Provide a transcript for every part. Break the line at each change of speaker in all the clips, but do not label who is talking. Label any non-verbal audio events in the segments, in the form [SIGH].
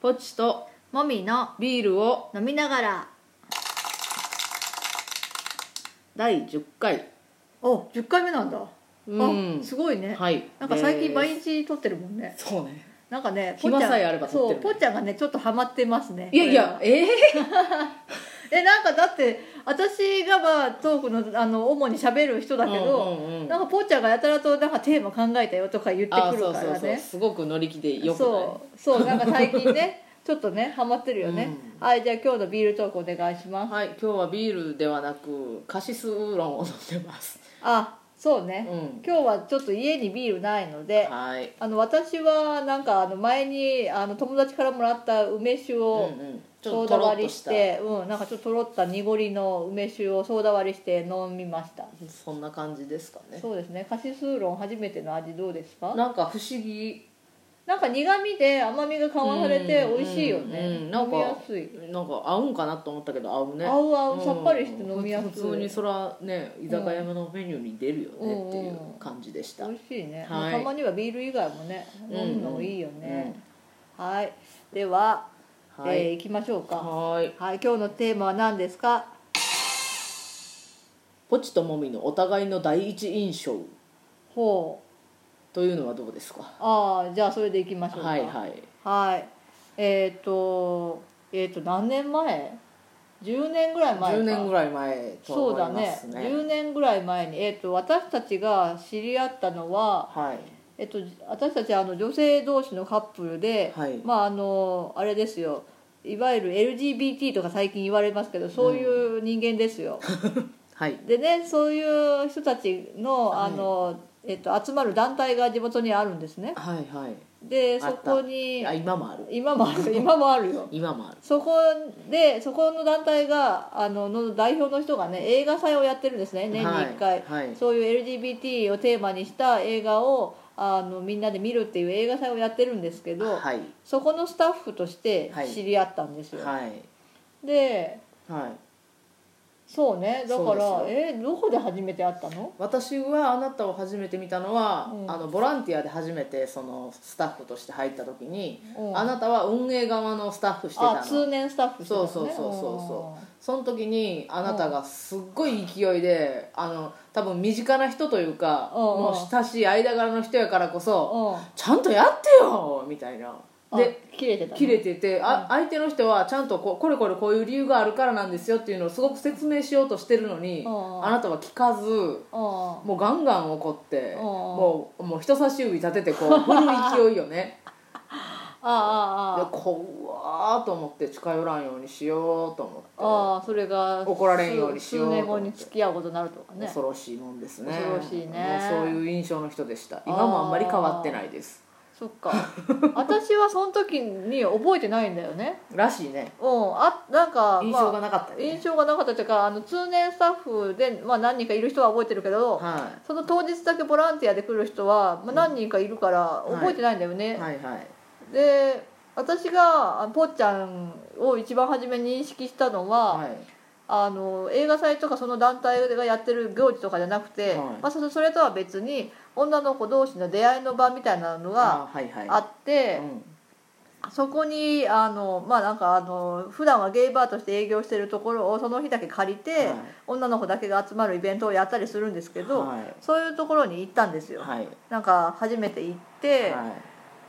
ポチと
もみの
ビールを
飲みながら
第10回
お10回目なんだ、
うん
あすごいね、
はい
なんか最近
で
毎日撮ってるもんね
すそうね
なんかね
暇
ぽっちゃん
さえあれば撮ってる
そうぽっちゃんがねちょっとハマってますね
いやいやええ
えなんかだって私がまあトークのあの主に喋る人だけど、
うんうんうん
なんかぽっちゃんがやたらとなんかテーマ考えたよとか言って
あ
く
そ
る
う
か
そう
ら
そう
ね
すごく乗り気でよくない
そうそうなんか最近
[LAUGHS]
ねちょっとねハマってるよね、はいじゃあ今日のビールトークお願いします
はい今日はビールではなくカシスウーロンを飲んでます
あそう
う
ね、
ん
今日はちょっと家にビールないので、
はい
あの私はなんかあの前にあの友達からもらった梅酒
うん
を
うんちょ
ソ
っとと
ーダ
ろっ
割
と
り
し
したて、うん、なんかちょっととろった濁りの梅酒をソーダ割りして飲みました
そんな感じですかね
そうですねカシスウーロン初めての味どうですか
なんか不思議
なんか苦味で甘みが緩和されて美味しいよね、
うんうんなん
飲
か
みやすい、
なんか合うんかなと思ったけど合うね
合う合う、
ん
さっぱりして飲みやすい
普通にそれはね居酒屋のメニューに出るよねっていう感じでした、
美味しいね、
はい
たまにはビール以外もね
うん
飲むのもいいよね、はいでは、
うんは
えー
い、
行きましょうかは
はい
い今日のテーマは何ですか
ポチとモミのお互いの第一印象
ほう
というのはどうですか
ああじゃあそれでいきましょうか
はいはい
はいえっ、とえっ、と何年前 ?10 年ぐらい前か
10年ぐらい前と
そう
は
だ
思いま
ね
すね
10年ぐらい前に、えー、と私たちが知り合ったのは、
はい
えっと、私たちはあの女性同士のカップルで、
はい
まああのあれですよいわゆる LGBT とか最近言われますけどそういう人間で
[LAUGHS]
すよ、
はい
でねそういう人たちの
はい
あの、えっと、集まる団体が地元にあるんですね
はいはい
で
あ
そ
った
こに
あ今もある
今もあ
[LAUGHS]
る今もあるよ
今もある
そこでそこの団体があのの代表の人がね映画祭をやってるんですね年に1回、
はいはい
そういう LGBT をテーマにした映画をあのみんなで見るっていう映画祭をやってるんですけど、
はい
そこのスタッフとして
はい
知り合ったんですよ、
はい
で
はい
そうねだ
そ
か
うです
ら
よ
えどこで初めて会ったの
私はあなたを初めて見たのは、
うん
あのボランティアで初めてそのスタッフとして入った時に、
うん
あなたは運営側のスタッフしてた
あ
の
通年スタッフしてたのね
そうそうそうそうそその時にあなたがすっごい勢いであの多分身近な人というか、
うん
もう親しい間柄の人やからこそ、
うんうん
ちゃんとやってよみたいな
あ
で
切れてたの
切れてて、あ相手の人はちゃんとここれこれこういう理由があるからなんですよっていうのをすごく説明しようとしてるのに、
うん
あなたは聞かず
うん
もうガンガン怒って、
うん
もうもう人差し指立ててこう振る勢いよね
あああ
で
あ
怖ーと思って近寄らんようにしようと思っ
ああそれが
怒られんようにしよう
数数年
と
後
思って
に付き合うことになるとか
て、
ね
恐ろしいもんですね
恐ろしいね
もうそういう印象の人でした今もあんまり変わってないです
そっか [LAUGHS] 私はその時に覚えてないんだよね
らしいね
うんあなんか
印象が
ま
なかったよ
あ
ね
印、象がなかったというかあの通年スタッフで、まあ、何人かいる人は覚えてるけど、
は
その当日だけボランティアで来る人は、まあ、何人かいるから
うん
覚えてないんだよ
い
ね、
はいはい
で私があぽっちゃんを一番初めに認識したのは、
はい
あの映画祭とかその団体がやってる行事とかじゃなくて、
はい
まあ、そそれとは別に女の子同士の出会いの場みたいなのが
あはいはい
あって
うん
そこにあのまあなんかあの普段はゲイバーとして営業してるところをその日だけ借りて、
はい
女の子だけが集まるイベントをやったりするんですけど、
はい
そういうところに行ったんですよ、
はい
なんか初めて行って、
はい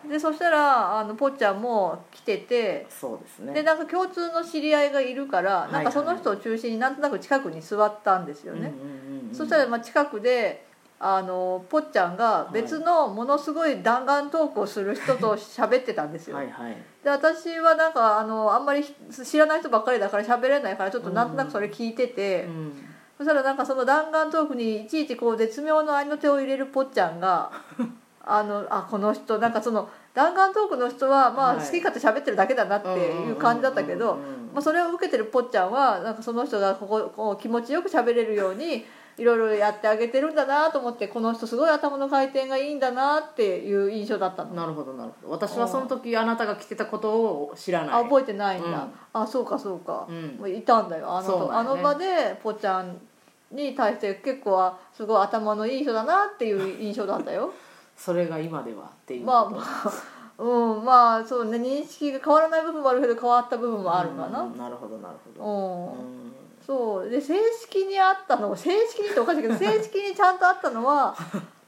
でそしたらあのぽっちゃんも来てて。
そうです
で
ね
なんか共通の知り合いがいるからなんかその人を中心になんとなく近くに座ったんですよね、そした
ら
らまあ近くであのぽっちゃんが別のものすごい弾丸トークをする人と喋ってたんですよ、
はいはい
で私はなんかあのあんまり知らない人ばっかりだから喋れないからちょっとなんとなくそれ聞いてて、
うん
そしたらなんかその弾丸トークにいちいちこう絶妙の合いの手を入れるぽっちゃんが
[LAUGHS]
あのあこの人なんかその弾丸トークの人はまあ
はい
好き勝手喋ってるだけだなっていう感じだったけど、
うんうんうんうんうん
まあ、それを受けてるぽっちゃんはなんかその人がこここう気持ちよく喋れるようにいろいろやってあげてるんだなと思ってこの人すごい頭の回転がいいんだなっていう印象だったの。
なるほどなるほど私はその時あなたが着てたことを知らない
あ覚えてないんだ、
うん
あそうかそうか、
うん
もういたんだよあの,、
そうだ
あ
よね
の場でぽちゃんに対して結構はすごい頭のいい人だなっていう印象だったよ [LAUGHS]
それが今ではっていう
まあ
こと
まあうんまあそうね認識が変わらない部分もあるけど変わった部分もあるかな、う
うんんなるほどなるほどうん
そうで正式にあったの正式にっておかしい
[LAUGHS]
けど正式にちゃんとあったのは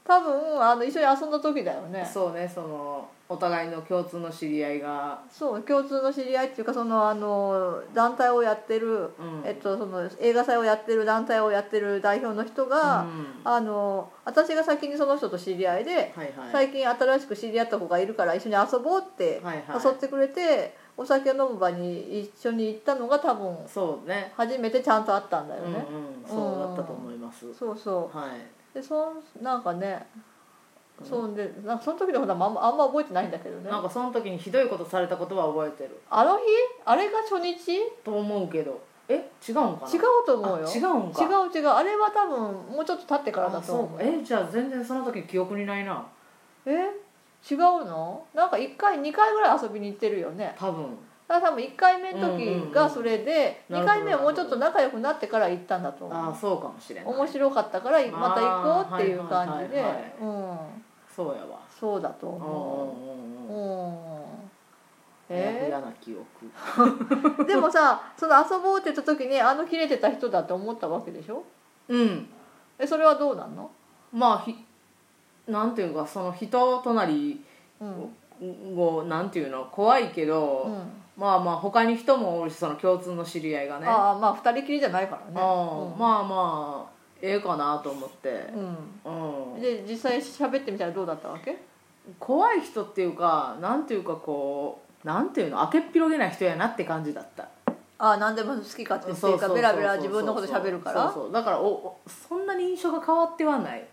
多分あの一緒に遊んだ時だよね
そうねそのお互いの共通の知り合いが、
そう共通の知り合いっていうかそのあの団体をやってる、
うん
えっと、その映画祭をやってる団体をやってる代表の人が、
うん
あの私が先にその人と知り合いで、
はいはい
最近新しく知り合った子がいるから一緒に遊ぼうって
はいはい
誘ってくれて、お酒を飲む場に一緒に行ったのが多分
そうね
初めてちゃんと会ったんだよ
うん
ね、
うんそうだったと思います、
そうそ
はいう
でそんなんかね、
うん
そんでなんかその時のことはあんまあんま覚えてないんだけどね
なんかその時にひどいことされたことは覚えてる
あの日あれが初日違う
と思うけどえ違うんかな
と思うよ
あ違うんか
違う違うあれは多分もうちょっと経ってからだ
あ
と
そ
思
う
う
かえじゃあ全然その時記憶にないな
え違うのなんか1回2回ぐらい遊びに行ってるよね
多分
だから多分1回目の時がそれで、
うんうんうん
2回目はもうちょっと仲良くなってから行ったんだと
あ
思
あそうかもしれないう
面白かったからまた行こうっていう感じで、
あーはいはいはい
うん
そうやわ
そうだと
うん
思
うんう
う、うん
うん
ん
え
え
嫌な記憶
ー [LAUGHS] でもさその遊ぼうって言った時にあの切れてた人だって思ったわけでしょ
うん
えそれはどうなんの、
まあひなんていうかその人となり
うん
をなんていうの怖いけど、
うん
まあまあ他に人もおるしその共通の知り合いがね
ああまあ2人きりじゃないから
あ
ね
あまあまあええかなと思って、
うん
う
うんん、で実際喋ってみたらどうだったわけ
怖い人っていうかなんていうかこうなんていうの開けっ広げない人やなって感じだった
ああ何でも好き勝手っていうかベラベラ自分のこと喋るから
そうそうだからおおそんなに印象が変わってはない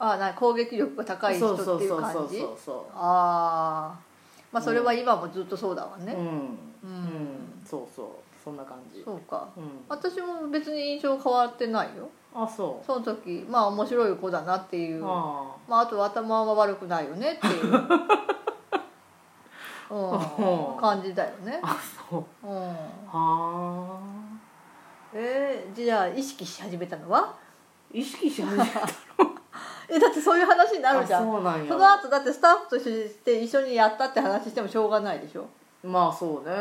ああな攻撃力が高い人っていう感じ
そうそ
ああまあそれは今もずっとそうだわ
うそうそう
ね
うん、
う、
うんん、そうそうそんな感じ
そうか
うん
私も別に印象変わってないよ
あそう
その時まあ面白い子だなっていうま
あ
ああと頭は悪くないよねっ
[LAUGHS]
ていううん感じだよね
あ、あそう
うん
はあ
えー、じゃあ意識し始めたのは
意識し始めた
えだってそういう話 [LAUGHS] になるじゃ
あ
ん
そうなん
そ
や
の後だってスタッフとして一緒にやったって話してもしょうがないでしょ、
まあそうね、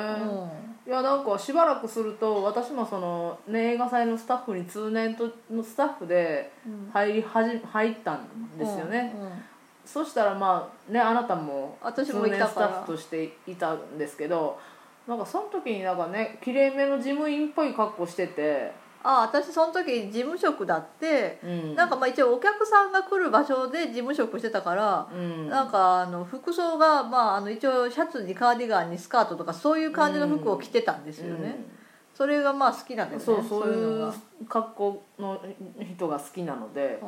う
いやなんかしばらくすると私もその、ね、映画祭のスタッフに通年とのスタッフで
ん
入りはじ入ったんですよね、
うんうん
そしたらまあねあなたも
私もいた
スタ
から
ッフとしていたんですけどなんかその時になんかねきれいめの事務員っぽい格好してて、
あ私その時事務職だって、
うん、
なんかまあ一応お客さんが来る場所で事務職してたから、
うん、
なんかあの服装が、まあ、あの一応シャツにカーディガンにスカートとかそういう感じの服を着てたんですよね、それがまあ好きなんだよね
そうそう
の
い
が
う格好の人が好きなので、
う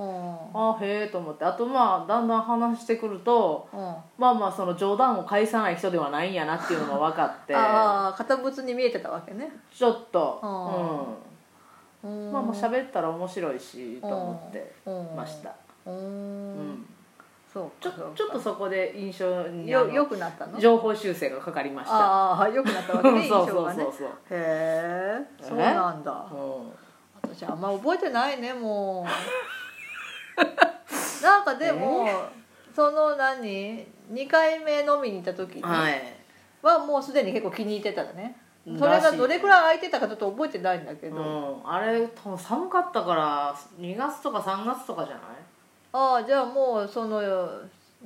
あへえと思ってあとまあだんだん話してくると
んうん
まあまあその冗談を返さない人ではないんやなっていうのが分かって
[LAUGHS] ああ堅物に見えてたわけね
ちょっと
あ、
う
うん
ん、まあもう喋ったら面白いしと思ってました、う
う
ん
んそうか
ちょ
そうか
ちょっとそこで印象にあ
よ
の
よくなったの
情報修正がかかりました
ああよくなったわ
[LAUGHS] そ
け
う
ね印
そう
象
そ
が
う
ね
そうそう
へえ
え
そうなんだ
うん
私あんま覚えてないねもう [LAUGHS] なんかでも、その何2回目飲みに行った時に
はい
はもうすでに結構気に入ってたらね
らしい
それがどれくらい空いてたかちょっと覚えてないんだけ
う
ど、
ん、あれ多分寒かったから2月とか3月とかじゃない
ああじゃあもうその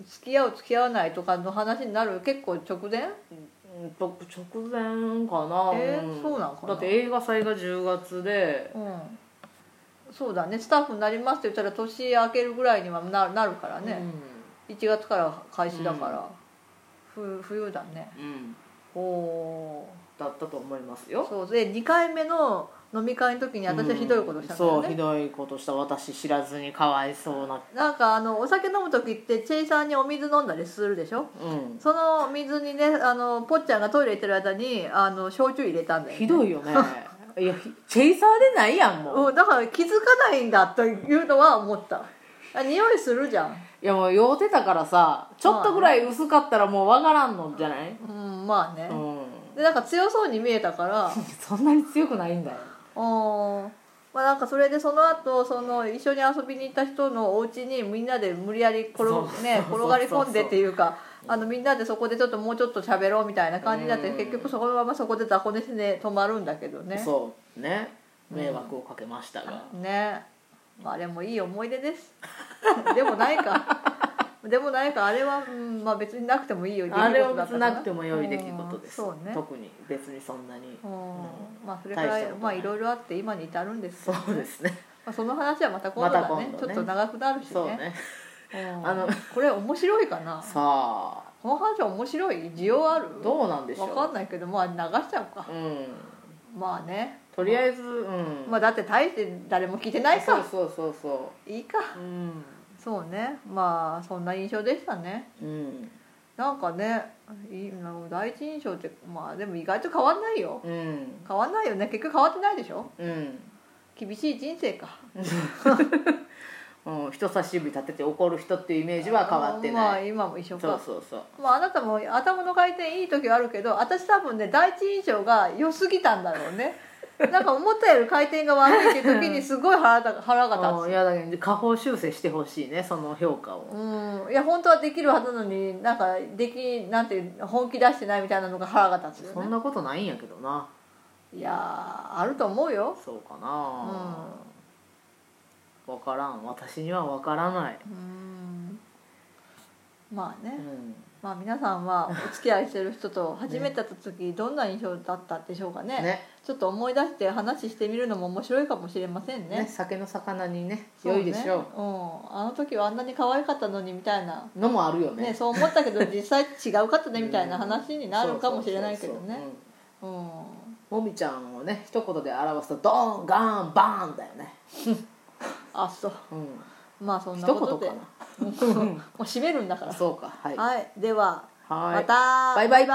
付き合う付き合わないとかの話になる結構直前
うんと直前かな、
えー
ん
そうなんかな
だって映画祭が10月で
うんそうだねスタッフになりますって言ったら年明けるぐらいにはななるからね、1月から開始だから、ふ冬だね
うん、うん、
おお
だったと思いますよ
そうで2回目の飲み会の時に私はひどいことしたんだ
うん
よ
そうひ
ね、
どいことした私知らずにかわいそうな
なんかあのお酒飲む時ってチェイさんにお水飲んだりするでしょ
うん
その水にねあのぽっちゃんがトイレ行ってる間にあの焼酎入れたんだよ、ね、
ひどいよねいやひチェイサーでないやんもう、い
うん、だから気づかないんだというのは思ったあ匂いするじゃん
やもう酔うてたからさちょっとぐらい薄かったらもうわからんのじゃない、
うんまあね、
うん
でなんか強そうに見えたから
そんなに強くないんだよ
うんまあなんかそれでその後その一緒に遊びに行った人のお家にみんなで無理やり転,、
そう
ね、
そう
転がり込んでっていうかあのみんなでそこでちょっともうちょっと喋ろうみたいな感じになって
うん
結局そこのままそこで雑魚寝してね止まるんだけどね
そうね
うん
迷惑をかけましたが、
ねまああれもいい思い出です [LAUGHS] でもないかでもないかあれは、うんまあ、別になくてもいいよ
あれは
出来事だっ
別
たか
になくても良い出来事です、
うんそうね
特に別にそんなに、
うん
うん
まあそれから
大したことな
まあ
い
いろいろあって今に至るんですけ
そ
どね
うですね
まあ、その話はまた今度だ
また
ね
今度ね
ちょっと長くなるしね
そうね
うん
あの
これ面白いかな
さあ
この話は面白い需要ある
どうなんでしょう
わかんないけどまあ流しちゃうか、
うん
まあね
とりあえずうん
まあだって大して誰も聞いてない
そう
か
そうそうそ
いいか
ううん、
そうねまあそんな印象でしたね
うん
なんかねいい第一印象ってまあでも意外と変わんないよ
うん
変わんないよね結局変わってないでしょ
うん
厳しい人生か
うん、人差し指立てて怒る人っていうイメージは変わって
まあ
ない
今も一緒か
そうそうそう
まあ、あなたも頭の回転いい時はあるけど私多分ね第一印象が良すぎたんだろうね [LAUGHS] なんか思ったより回転が悪いって時
[LAUGHS]
にすごい腹が腹が
うんい
立つ
やだけど下方修正してほしいねその評価を
うんいや本当はできるはずなのになんかできなんていう本気出してないみたいなのが腹が立つ
そ
よ、
ん
ね、
なことないんやけどない
やーあると思うよ
そうか
う
な、
ん
わからん私にはわからない、
うんまあ
う
ね、
ん、
まあ、皆さんはお付き合いしてる人と初めて会った時どんな印象だったでしょうかね
ね
ちょっと思い出して話してみるのも面白いかもしれません
ね
ね
酒の魚にね
そう
良
ね
いでしょ
うん、あの時はあんなに可愛かったのにみたいな、
うのもあるよね
ね、そう思ったけど
[LAUGHS]
実際違うかったねみたいな
うん
話になるかもしれないけど
そうそうそう
ね
うん
うん
もみちゃんをね一言で表すとドーンガーンバーンだよね、
あそう
うん、
まあそん
一
なことで
言か
もう閉めるんだか
な
ら
そうかはい
はいでは
はい
また
バイバイ